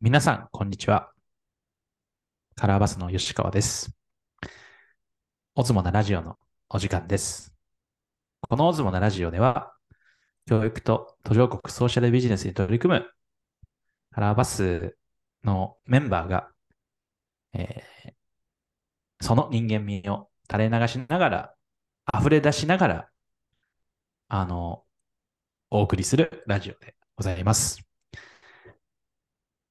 皆さん、こんにちは。カラーバスの吉川です。オズモなラジオのお時間です。このオズモなラジオでは、教育と途上国ソーシャルビジネスに取り組むカラーバスのメンバーが、えーその人間味を垂れ流しながら、溢れ出しながら、あの、お送りするラジオでございます。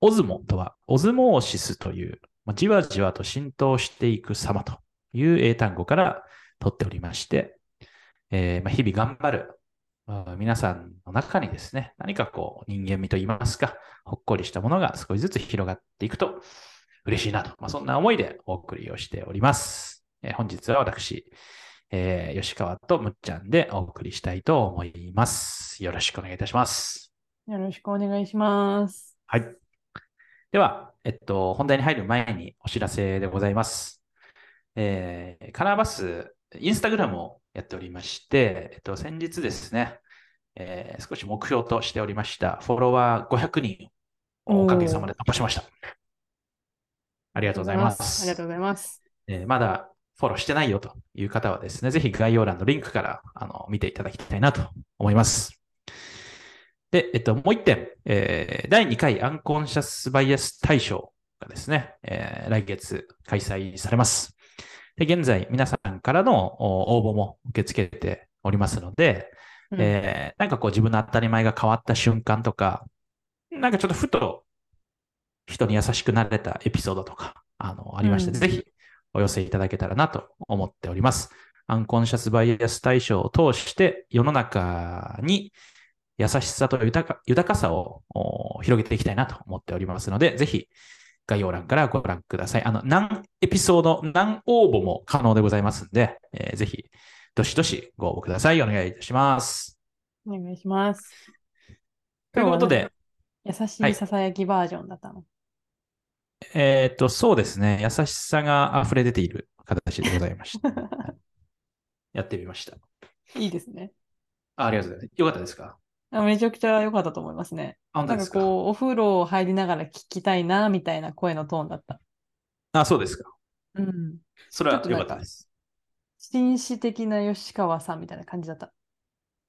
オズモとは、オズモーシスという、まあじわじわと浸透していく様という英単語から取っておりまして、えーまあ日々頑張るあー皆さんの中にですね、何かこう人間味といいますか、ほっこりしたものが少しずつ広がっていくと嬉しいなと、まあ、そんな思いでお送りをしております。えー本日は私、えー吉川とむっちゃんでお送りしたいと思います。よろしくお願いいたします。よろしくお願いします。はい。では、えっと、本題に入る前にお知らせでございます。えーカラーバス、インスタグラムをやっておりまして、えっと、先日ですね、えー少し目標としておりました、フォロワー500人をおかげさまで突破しました。ありあがとうございます。ありがとうございます。えーまだフォローしてないよという方はですね、ぜひ概要欄のリンクからあの見ていただきたいなと思います。で、えっと、もう一点、えー第2回アンコンシャスバイアス大賞がですね、えー来月開催されます。で、現在皆さんからのお応募も受け付けておりますので、うんえーなんかこう自分の当たり前が変わった瞬間とか、なんかちょっとふと人に優しくなれたエピソードとか、あの、ありまして、うんぜひお寄せいただけたらなと思っております。アンコンシャスバイアス対象を通して世の中に優しさと豊か豊かさをお広げていきたいなと思っておりますので、ぜひ概要欄からご覧ください。あの、何エピソード、何応募も可能でございますんで、えーぜひ、どしどしご応募ください。お願いいたします。お願いします。ということで、優しはいいささやきバージョンだったの。えーっと、そうですね。優しさが溢れ出ている形でございました。 やってみました。い、いですねあありがとうございます。よかったですかあ。めちゃくちゃ良かったと思いますね。あ本当なんでかすかこう、お風呂入りながら聞きたいな、みたいな声のトーンだった。あ、そうですか。うん。それはちょっとよかなんかったです。紳士的な吉川さんみたいな感じだった。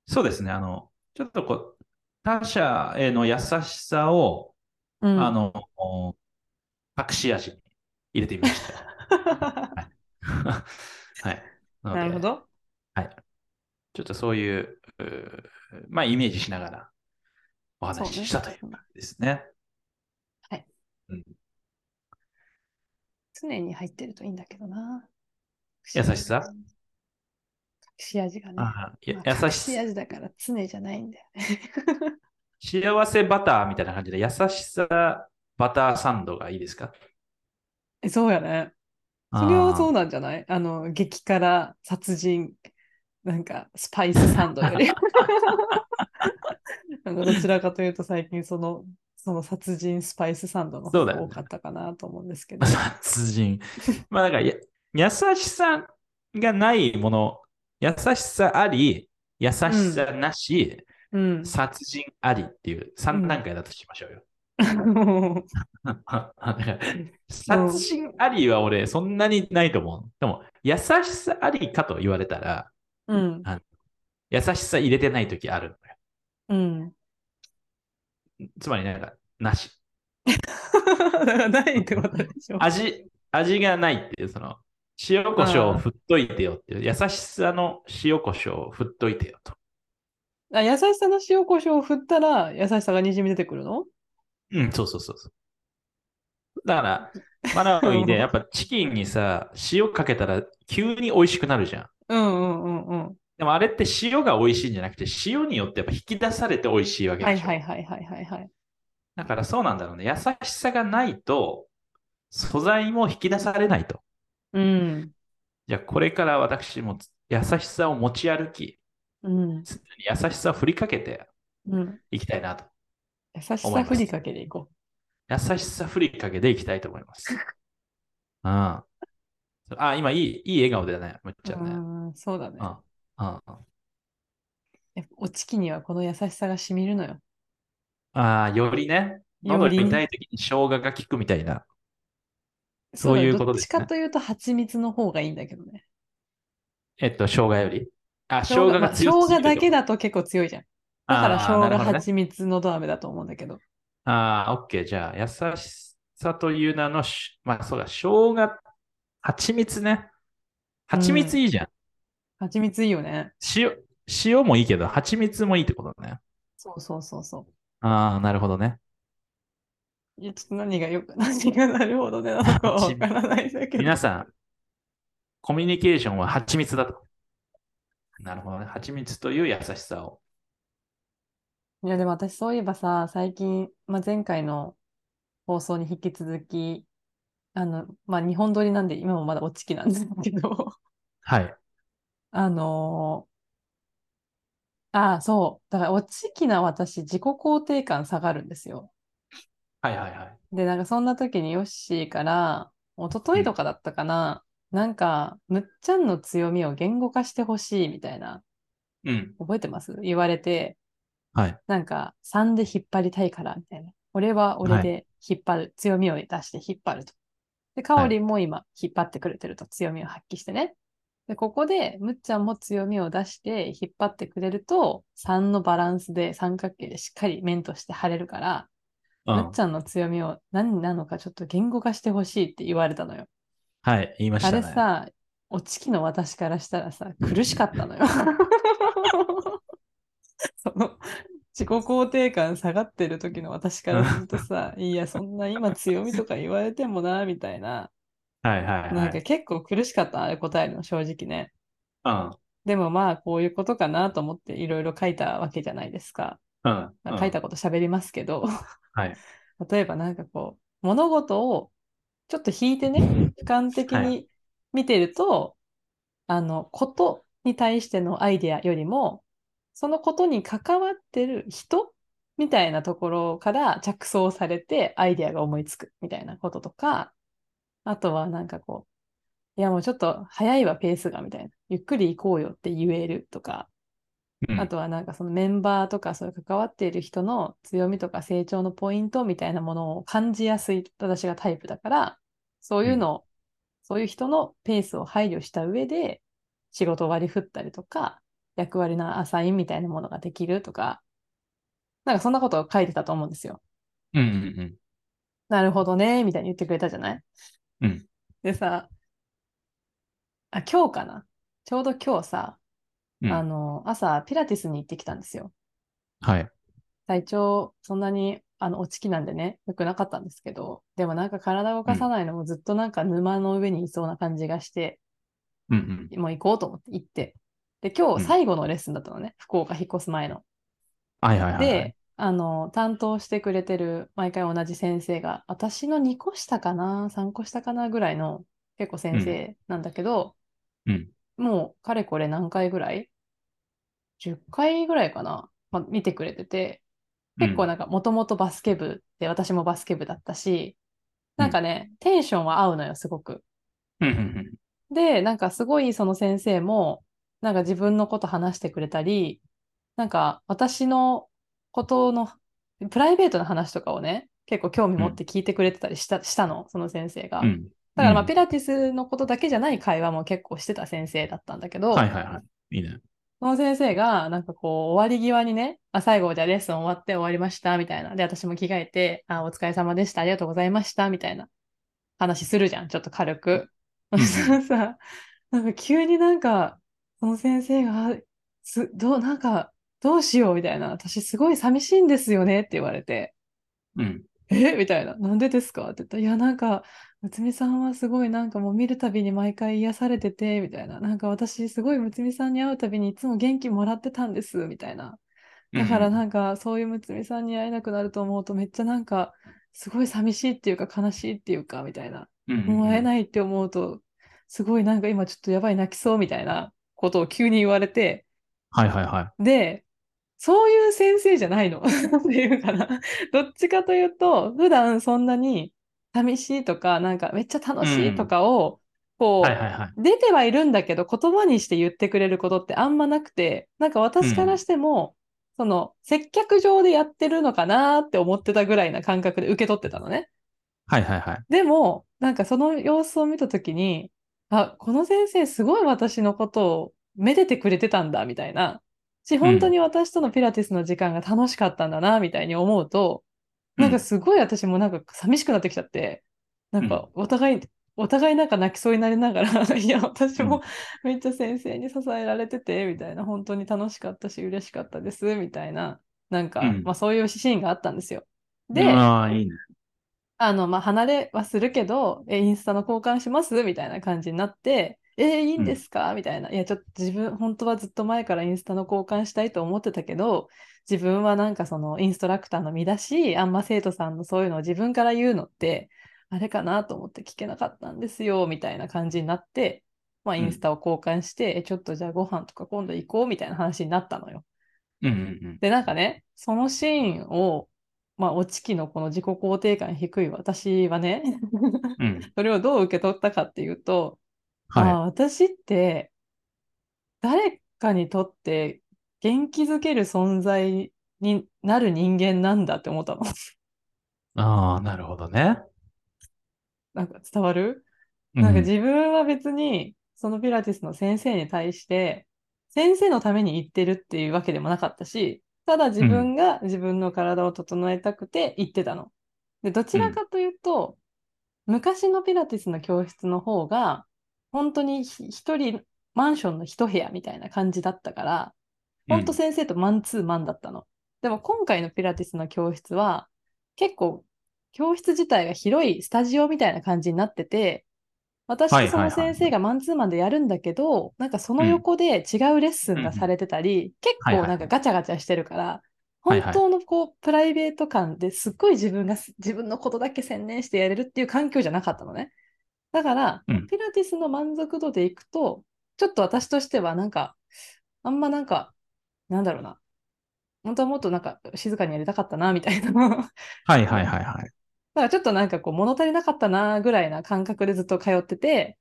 そうですね。あの、ちょっとこう、他者への優しさを、うん、 あの、隠し味に入れてみました。 はい。なのでなるほど。ちょっとそういう、うーまあ、イメージしながらお話そうしねしたという感じですね。常に入ってるといいんだけどな。優しさ隠し味がね。あーいやまあ優隠ししさ味だから常じゃないんだよね。幸せバターみたいな感じで、優しさバターサンドがいいですかえそうやね。それはそうだ。なんじゃないあの、激辛、殺人、なんか、スパイスサンド より。なんかどちらかというと、最近その、その殺人スパイスサンドのそ方うだよがね多かったかなと思うんですけど。殺人。 まあ、だからや、優しさがないもの、優しさあり、優しさなし、うん。 殺人ありっていう3段階だとしましょうよ。 だから殺人ありは俺、そんなにないと思う。でも、優しさありかと言われたら、うん。優しさ入れてない時あるのうん。 よ。つまり、なんか、なし。だからないってことでしょ。味、味がないっていう、その、塩コショウを振っといてよっていう、優しさの塩コショウを振っといてよと。あ優しさの塩コショウを振ったら、優しさがにじみ出てくるのうん、そうそうそうそう。だから、マラウイで うんやっぱチキンにさ、塩かけたら急に美味しくなるじゃん。うんうんうんうん。でもあれって塩が美味しいんじゃなくて、塩によってやっぱ引き出されて美味しいわけはでいしょ。はいはいはいはいはい。だからそうなんだろうね。優しさがないと、素材も引き出されないと。うん。じゃあこれから私も優しさを持ち歩き、うん。常に優しさを振りかけてうん。いきたいなと。優し思いさますふりかけでいこう。優しさふりかけでいきたいと思い ます。うん。あ、今いい、いい笑顔だね、むっちゃんね。うんそうだね。うんうん、やっぱおちきにはこの優しさがしみるのよ。ああ、よりね、喉より痛い時に生姜が効くみたいな。そうだそうねいうことですねどっちかというと、蜂蜜の方がいいんだけどね。えっと、生姜より。あ、生姜がまあ生強すぎ姜るだけだと結構強いじゃん。だからあー生姜、なるほどね蜂蜜のど飴だと思うんだけど。ああ、オッケー。じゃあ、優しさという名のし、まあ、そうだ、生姜、蜂蜜ね。蜂蜜いいじゃん。蜂蜜いいよね。塩、塩もいいけど、蜂蜜もいいってことだね。そうそうそうそああ、なるほどね。う。いや、ちょっと何がよく、 何がなるほどね、なのかわからないんだけど。皆さん、コミュニケーションは蜂蜜だと。なるほどね。蜂蜜という優しさを。いや、でも私そういえばさ、最近、まあ、前回の放送に引き続き、あの、まあ、日本撮りなんで今もまだおちきなんですけど、はい。あのーああ、そう。だから、おちきな私、自己肯定感下がるんですよ。はいはいはい。で、なんかそんな時にヨッシーから、一昨日とかだったかな、なんか、むっちゃんの強みを言語化してほしいみたいな、うん。覚えてます言われて、はい。なんか3で引っ張りたいからみたいな。俺は俺で引っ張る。強みを出して引っ張ると。で、かおりんも今引っ張ってくれてると。強みを発揮してね。で、ここでむっちゃんも強みを出して引っ張ってくれると、3のバランスで三角形でしっかり面として貼れるから、うむっんち。ゃんの強みを何なのかちょっと言語化してほしいって言われたのよ。はい。言いましあたれね。さ、おちきの私からしたらさ、苦しかったのよ。 その自己肯定感下がってる時の私からするとさ、いや、そんな今強みとか言われてもな、みたいな。はいはいはい。なんか結構苦しかった、あれ答えるの、正直ね。でもまあ、こういうことかなと思っていろいろ書いたわけじゃないですか。うん。うん。まうあん書い。たこと喋りますけど、はい。例えばなんかこう、物事をちょっと引いてね、俯瞰的はに見てると、あの、ことに対してのアイデアよりも、そのことに関わってる人みたいなところから着想されてアイデアが思いつくみたいなこととか、あとはなんかこう、いやもうちょっと早いわペースがみたいな、ゆっくり行こうよって言えるとか、うんあとはなんかそのメンバーとかそういう関わっている人の強みとか成長のポイントみたいなものを感じやすい私がタイプだから、そういうのを、そういう人のペースを配慮した上で仕事を割り振ったりとか、役割のアサインみたいなものができるとか、なんかそんなことを書いてたと思うんですよ。うんうんなるほどね、みたいに言ってくれたじゃないうんでさ、あ、今日かなちょうど今日さ、うん。あうんの、朝ピラティスに行ってきたんですよ。はい。体調、そんなに、あの、おちきなんでね、良くなかったんですけど、でもなんか体を動かさないのもずっとなんか沼の上にいそうな感じがして、うんうん。もう行こうと思って行って。で、今うん日最後のレッスンだったのね、福岡引っ越す前の。はいはいはいはい。で、あの、担当してくれてる、毎回同じ先生が、私の2個下かな、3個下かなぐらいの、結構先生なんだけど、うんもう、かれこれ何回ぐらい ?10 回ぐらいかな、まあ、見てくれてて、結構なんかもともとバスケ部で私もバスケ部だったし、なんかね、テンションは合うのよ、すごく。うんうんうんで、なんかすごいその先生も、なんか自分のこと話してくれたり、なんか私のことの、プライベートの話とかをね、結構興味持って聞いてくれてたりした,、したの、その先生が。うん。うん。だからまあ、うんピラティスのことだけじゃない会話も結構してた先生だったんだけど、はいはいはい。いいね。その先生が、なんかこう、終わり際にね、あ、最後じゃあレッスン終わって終わりました、みたいな。で、私も着替えて、あ、お疲れ様でした、ありがとうございました、みたいな話するじゃん、ちょっと軽く。うそんしたらさ、なんか急になんか、その先生が、す、どう、なんか、どうしよう、みたいな。私すごい寂しいんですよね、って言われて。うん。えみたいな。なんでですかって言ったら、いや、なんか、睦美さんはすごい、なんかもう見るたびに毎回癒されてて、みたいな。なんか私、すごい睦美さんに会うたびにいつも元気もらってたんです、みたいな。だからうんなんか、そういう睦美さんに会えなくなると思うと、めっちゃなんか、すごい寂しいっていうか、悲しいっていうか、みたいな。うんもう会えい。ないって思うと、すごいなんか今ちょっとやばい泣きそう、みたいなことを急に言われて、はいはいはで、そういう先生じゃないの っていうかな。どっちかというと、普段そんなに寂しいとか、なんかめっちゃ楽しいとかを、こい。う、はいはいはい。出てはいるんだけど、言葉にして言ってくれることってあんまなくて、なんか私からしても、その、接客上でやってるのかなって思ってたぐらいな感覚で受け取ってたのね。はいはいはい。でも、なんかその様子を見たときに、あ、この先生すごい私のことをめでてくれてたんだ、みたいな。し、本当に私とのピラティスの時間が楽しかったんだな、みたいに思うと、うんなんかすごい私もなんか寂しくなってきちゃって、なんかお互い、お互いなんか泣きそうになりながら、 いや、私もめっちゃ先生に支えられてて、みたいな、本当に楽しかったし、嬉しかったです、みたいな、なんか、うんまあそういうシーンがあったんですよ。で、ああ、いいね。あの、まあ、離れはするけど、え、インスタの交換しますみたいな感じになって、え、いいんですかみたいな。いや、ちょっと自分、本当はずっと前からインスタの交換したいと思ってたけど、自分はなんかそのインストラクターの身だし、あんま生徒さんのそういうのを自分から言うのって、あれかなと思って聞けなかったんですよ、みたいな感じになって、まあ、うんインスタを交換して、え、ちょっとじゃあご飯とか今度行こうみたいな話になったのよ。うんうんで、なんかね、そのシーンを、まあ、おちきのこの自己肯定感低い私はね、うん。うん。それをどう受け取ったかっていうと、あはあ私って、誰かにとって元気づける存在になる人間なんだって思ったの。い。ああ、なるほどね。なんか伝わるうんなんか自分は別に、そのピラティスの先生に対して、先生のために行ってるっていうわけでもなかったし、ただ自分が自分の体を整えたくて行ってたの。で、どちらかというと、昔のピラティスの教室の方が、本当にひ一人、マンションの一部屋みたいな感じだったから、本当先生とマンツーマンだったの。でも今回のピラティスの教室は、結構教室自体が広いスタジオみたいな感じになってて、私はいとはそいはのい先生がマンツーマンでやるんだけど、なんかその横で違うレッスンがされてたり、結はいはい構はいなんかガチャガチャしてるから、はい本はい当のこうプライベート感ですっごい自分がす自分のことだけ専念してやれるっていう環境じゃなかったのね。だから、うんピラティスの満足度でいくと、ちょっと私としてはなんか、あんまなんか、なんだろうな。本当はもっとなんか静かにやりたかったな、みたいな。 だかはいはいはいはい。らちょっとなんかこう物足りなかったな、ぐらいな感覚でずっと通ってて、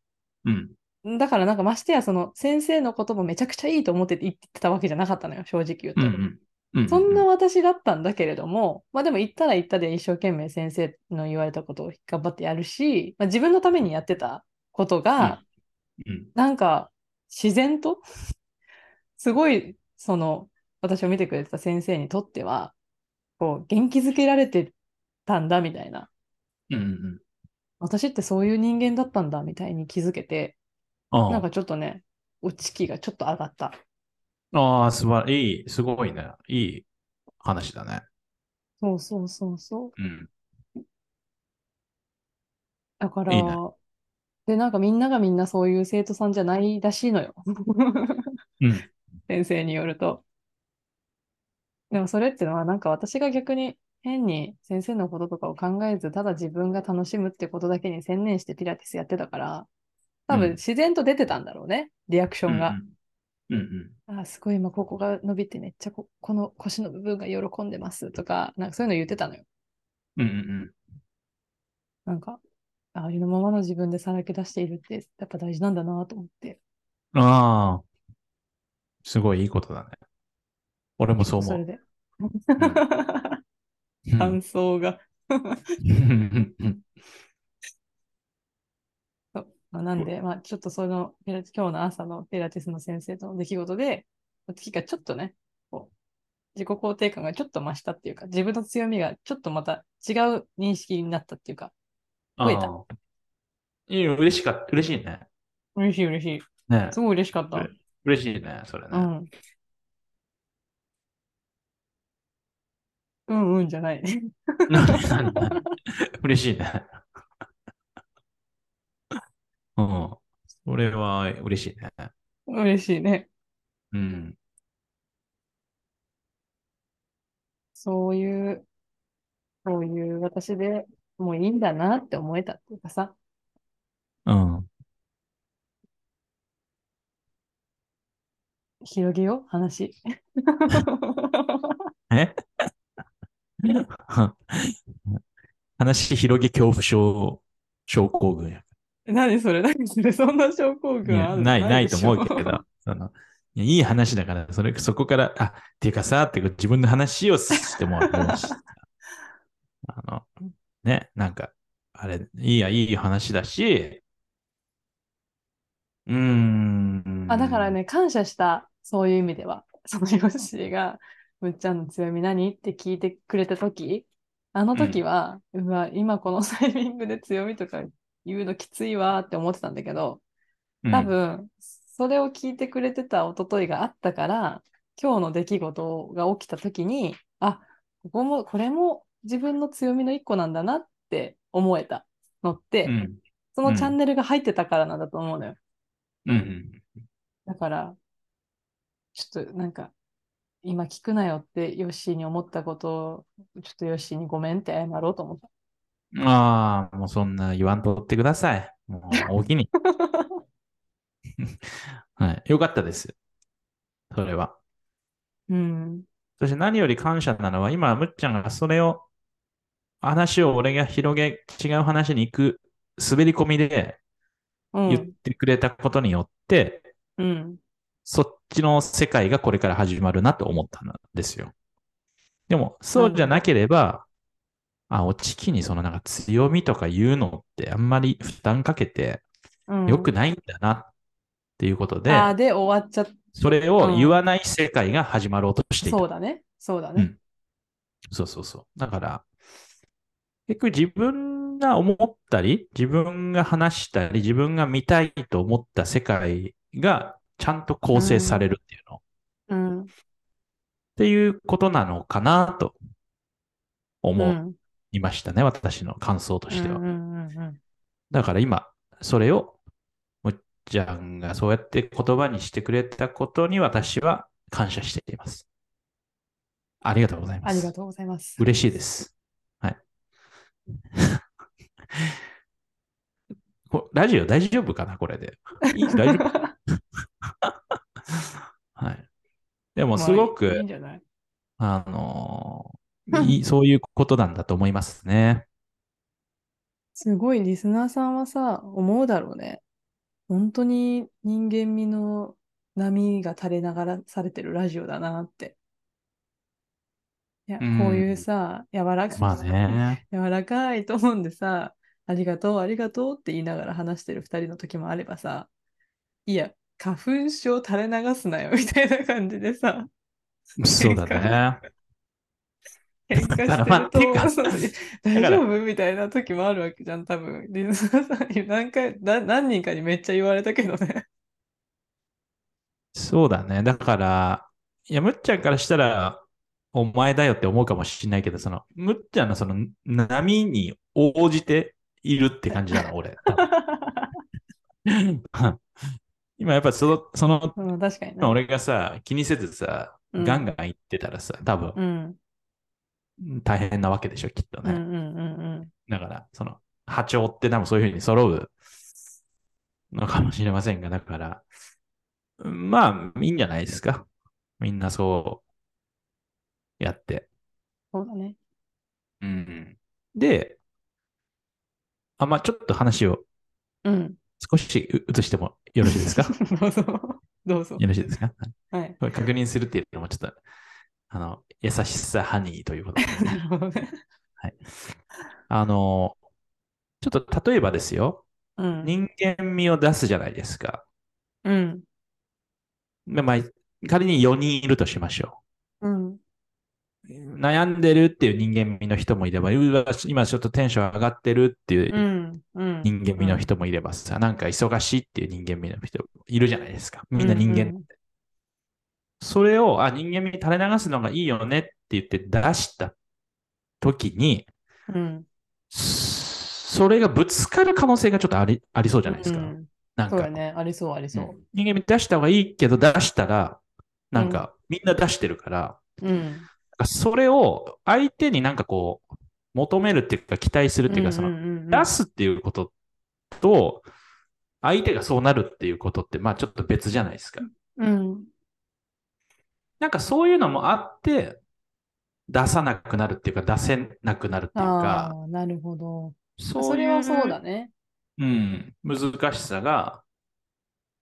うん。だからなんかましてやその先生のこともめちゃくちゃいいと思って言ってたわけじゃなかったのよ、正直言うと。うんうんうんうん。そんな私だったんだけれども、まあでも行ったら行ったで一生懸命先生の言われたことを頑張ってやるし、まあ、自分のためにやってたことが、うん。なんか自然と、すごい、その、私を見てくれてた先生にとっては、こう、元気づけられてたんだ、みたいな。うんうん私ってそういう人間だったんだ、みたいに気づけて、うん。なんあかちょっとね、落ち気がちょっと上がった。あー、素晴らしい。いいすごいね。いい話だね。そうそうそうそう。うん。だから、いいねで、なんかみんながみんなそういう生徒さんじゃないらしいのよ。 うん。先生によると。でもそれってのはなんか私が逆に変に先生のこととかを考えずただ自分が楽しむってことだけに専念してピラティスやってたから多うん分自然と出てたんだろうね、リアクションが。うんうん。あーすごい今ここが伸びてめっちゃここの腰の部分が喜んでますとかなんかそういうの言ってたのよ。うんうんなんかあありのままの自分でさらけ出しているってやっぱ大事なんだなと思って。うん。ああ。すごいいいことだね。俺もそうそ思れう。で。 うん感想が。うんうんまあ、なんで、まあ、ちょっとそのピラ、今日の朝のピラティスの先生との出来事で、月がちょっとね、こう、自己肯定感がちょっと増したっていうか、自分の強みがちょっとまた違う認識になったっていうか、増えたああいいよ嬉しかった。嬉しいね。嬉しい嬉しい。ねすごい嬉しかった。う嬉しいね、それね。うん。うんうんじゃない ね。 何何何嬉しいね。うん。それは嬉しいね。嬉しいね。うん。そういう、そういう私でもういいんだなって思えたっていうかさ、うん。 広げよう、 話。え話広げ恐怖症症候群や。何それ何それそんな症候群あるいやない、ないと思う でしけょど、その、いやいい話だから、それ、そこから、あ、っていうかさ、って自分の話をしてもらいました。 あの、ね、なんか、あれ、いいや、いい話だし、うーん。あ、だから。ね、感謝した、そういう意味では。 そのヨッシーが、むっちゃんの強み何って聞いてくれた時あの時は、うわ、今このタイミングで強みとか言うのきついわって思ってたんだけど、うん多分、それを聞いてくれてた一昨日があったから、今日の出来事が起きた時に、あ、ここも、これも自分の強みの一個なんだなって思えたのって、うん。そのチャンネルが入ってたからなんだと思うのよ。うん。だから、ちょっとなんか、今聞くなよってヨッシーに思ったことを、ちょっとヨッシーにごめんって謝ろうと思った。 ああ、もうそんな言わんとってください。もう、おおきに。はい。よかったです。それは。うん。そして何より感謝なのは、今、むっちゃんがそれを、話を俺が広げ、違う話に行く滑り込みでう言っん。てくれたことによって、うん。そっちの世界がこれから始まるなと思ったんですよ。でも、そうじゃなければ、あ、おちきにそのなんか強みとか言うのってあんまり負担かけてうん。良くないんだなっていうことで、ああ、で終わっちゃっそれを言わない世界が始まろうとしていた。そうだね。そうだうねん。そうそうそう。だから、結局自分が思ったり、自分が話したり、自分が見たいと思った世界がちゃんと構成されるっていうの。っうん。ていうことなのかなとう思んいましたね。私の感想としては。うんうんうんうんだから今、それを、むっちゃんがそうやって言葉にしてくれたことに私は感謝しています。ありがとうございまあす。りがとうございます。嬉しいです。はい。 こラジオ大丈夫かなこれで。 いい大丈夫はい。でもすごまあいいいいくん、じゃないあのーいいそういうことなんだと思いますね。すごいリスナーさんはさ、思うだろうね。本当に人間味の波が垂れ流されてるラジオだなって。いや、こうんういうさ、柔らかい、まあね。 柔らかいと思うんでさ、ありがとう、ありがとうって言いながら話してる二人の時もあればさ、いや、花粉症垂れ流すなよみたいな感じでさ、そうだね。喧嘩だからまあしててるかと、そう大丈夫みたいな時もあるわけじゃん、多分。リズナーさんに何回、な何人かにめっちゃ言われたけど ね。そうだね。だから、いや、むっちゃんからしたら、お前だよって思うかもしれないけど、その、むっちゃんのその波に応じているって感じなの、俺。 今やっぱその、その、うん、確かにね。俺がさ、気にせずさ、うんガンガン言ってたらさ、多分うん、大変なわけでしょ、きっとうん、うね。ん、うんだから、その、波長って多分そういうふうに揃うのかもしれませんが、だから、まあ、いいんじゃないですか。みんなそう、やって。そうだね。うん。で、あ、まあ、ちょっと話をうん。少しう移してもよろしいですか どうぞ。どうぞ。よろしいですかはいはい。これ確認するっていうのもちょっと、あの、優しさハニーということで。なるほどね。あの、ちょっと例えばですよ、うん。人間味を出すじゃないですか。うん。まあまあ、仮に4人いるとしましょうん。。う。悩んでるっていう人間味の人もいれば、うわ、今ちょっとテンション上がってるっていううんうん。人間味の人もいればさ、なんか忙しいっていう人間味の人いるじゃないですか。みんな人間。うんうんそれを、あ、人間味垂れ流すのがいいよねって言って出した時に、うん。それがぶつかる可能性がちょっとありありそうじゃないですか。うんなんそか、うだね。ありそう、ありそうん人間味出した方がいいけど出したら、なんかみんな出してるから、う。うん。なんかそれを相手になんかこう、求めるっていうか期待するっていうか、その、出出すっていうことと、相手がそうなるっていうことって、まあちょっと別じゃないですか。うん。なんかそういうのもあって、出さなくなるっていうか、出せなくなるっていうあか、あ、なるほど。そういうそれはそうだね。うん、難しさが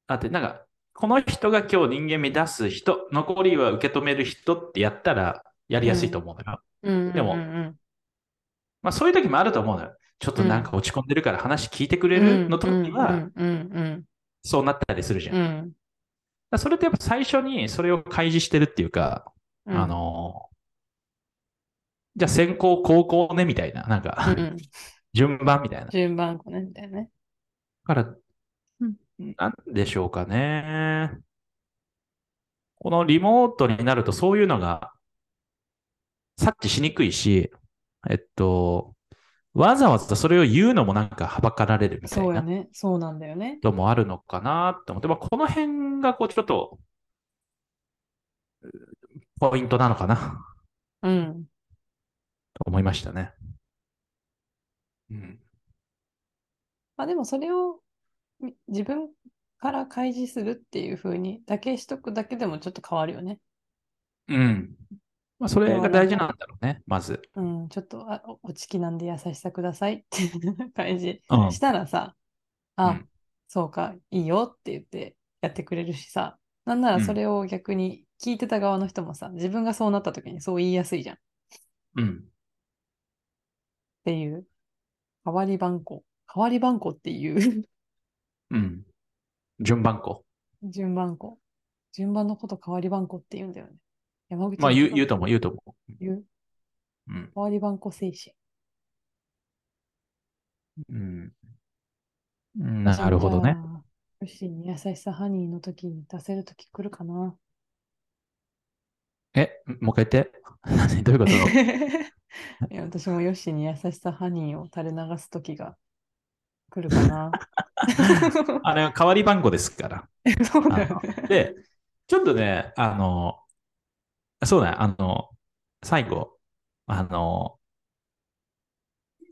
あって、なんか、この人が今日人間味出す人、残りは受け止める人ってやったらやりやすいと思うのよ。うんでもうんうんまあそういう時もあると思うのよ。ちょっとなんか落ち込んでるから話聞いてくれるの時は、うんうんそうなったりするじゃん。うんうだかんらそれってやっぱ最初にそれを開示してるっていうか、うんあのーじゃあ先行後攻ねみたいな、なんか、うんうん 順番みたいな。だ順番こねみたいなね。からうん、なんでしょうかね。このリモートになるとそういうのが察知しにくいし、えっと、わざわざそれを言うのもなんかはばかられるみたいそうなやね。そうなんだよね。こともあるのかなと思って、まあ、この辺がこうちょっと、ポイントなのかな。うん。思いましたね。うん。まあでもそれをみ自分から開示するっていう風にだけしとくだけでもちょっと変わるよね。うん。まあ、それが大事なんだろうね、まず。うん、ちょっとあおおちきなんで優しさくださいって開示うんしたらさ、うあん、そうか、いいよって言ってやってくれるしさ、なんならそれを逆に聞いてた側の人もさ、自分がそうなった時にそう言いやすいじゃんっうん。ていう、代わり番号、代わり番号っていう うん。順番こ順番号、順番のこと代わり番号って言うんだよね。山口う。まあ、言う、言うとと思う、言うと思う。言う。うん。代わり番号精神。うん。うんなるほどね。。よしに優しさハニーの時に出せる時来る かな。え、もう一回言って。 何どういうこといや私もヨッシーに優しさハニーを垂れ流す時が来る かな。あれは代わり番号ですから。そうだあよのね。で、ちょっとね、あの、そうだね、あの、最後、あの、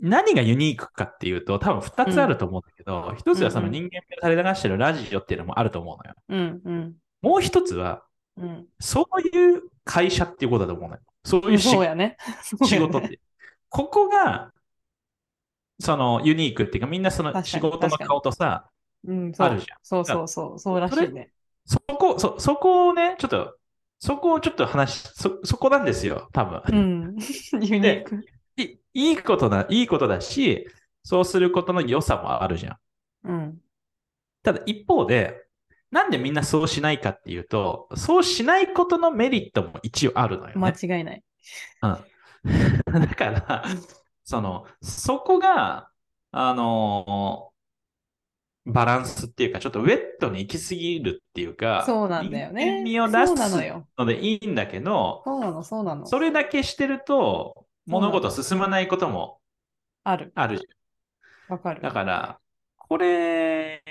何がユニークかっていうと、多分2つあると思うんだけど、一1つはそのうんう人間が垂れ流してるラジオっていうのもあると思うのよ。うんうんもう1つは、うんそういう会社っていうことだと思うのよ。そうう。いうんしそうやね。そうやね仕事って。 ここが、そのユニークっていうか、みんなそ確かのに仕事の確かに顔とさ、うん、そうあるじゃんそうそうそう、そうらしいね。そこ、そ、そこをね、ちょっと、そこをちょっと話し、そ、そこなんですよ、多分。うん。 ユニーク。いいいことだ、いいことだし、そうすることの良さもあるじゃん。うん。ただ一方で、なんでみんなそうしないかっていうと、そうしないことのメリットも一応あるのよ間ね。違いない。うん。 だから、その、そこが、あのバランスっていうか、ちょっとウェットに行き過ぎるっていうか、そうなんだよね。人間味そをう出なのすよ。のでいいんだけど、そうなの、そうなの。それだけしてると、物事進まないこともある。あるじゃわかん。る。だから、これ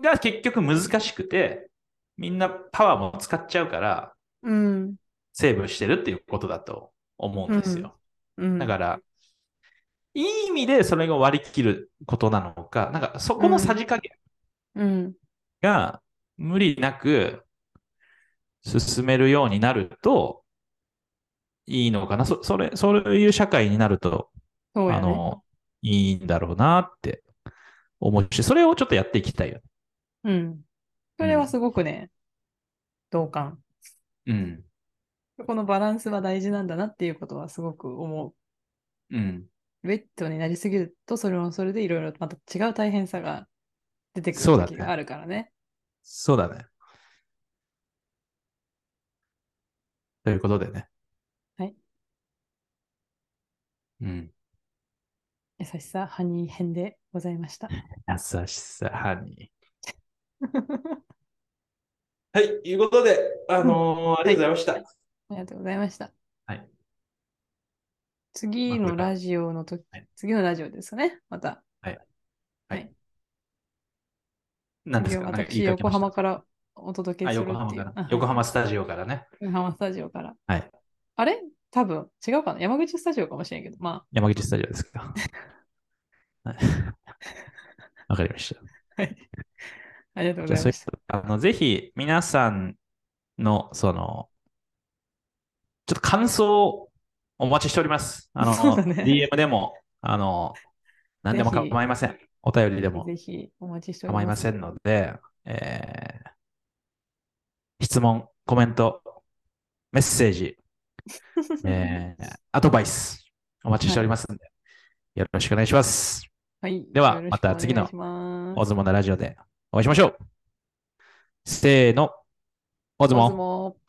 が結局難しくて、みんなパワーも使っちゃうから、うん。セーブしてるっていうことだと思うんですよ。うん。だから、いい意味でそれを割り切ることなのか、なんかそこのさじ加減うん。が無理なく進めるようになると、いいのかな。そ、それ、そういう社会になるとそうやあね。の、いいんだろうなって思うし、それをちょっとやっていきたいよね。うん。それはすごくね、同感。うん。そこのバランスは大事なんだなっていうことはすごく思う。うん。ウェットになりすぎると、それはそれでいろいろまた違う大変さが出てくるそうだね時があるからね。そうだね。ということでね。はい。うん。優しさハニー編でございました。優しさ、ハニー。はい。いうことで、あのーありがとうございました。ありがとうございました。はい。次まあのこれからラジオのとき、はい次のラジオですね。また。何ですかなんか言い私、かけ横ました浜からお届けあ、するって横いう。浜からあ。横浜スタジオからね。横浜スタジオから。はい。あれ多分違うかな山口スタジオかもしれんけど。ま山口スタジオですか。はい。わかりました。あ、はい。ありがとうごじゃあざそういまいした。うあのぜひ皆さんのそのちょっと感想をお待ちしております。あその、うだね DM でもあの何でもぜひ構いません。お便りでもぜひお待ちしており構いまます。せんので、えー質問、コメント、メッセージ、えーアドバイス、お待ちしておりますので、よろしくお願いします。はい。ではよろしくまた次のお願いします大相撲のラジオでお会いしましょう。せーの、大相大撲相。撲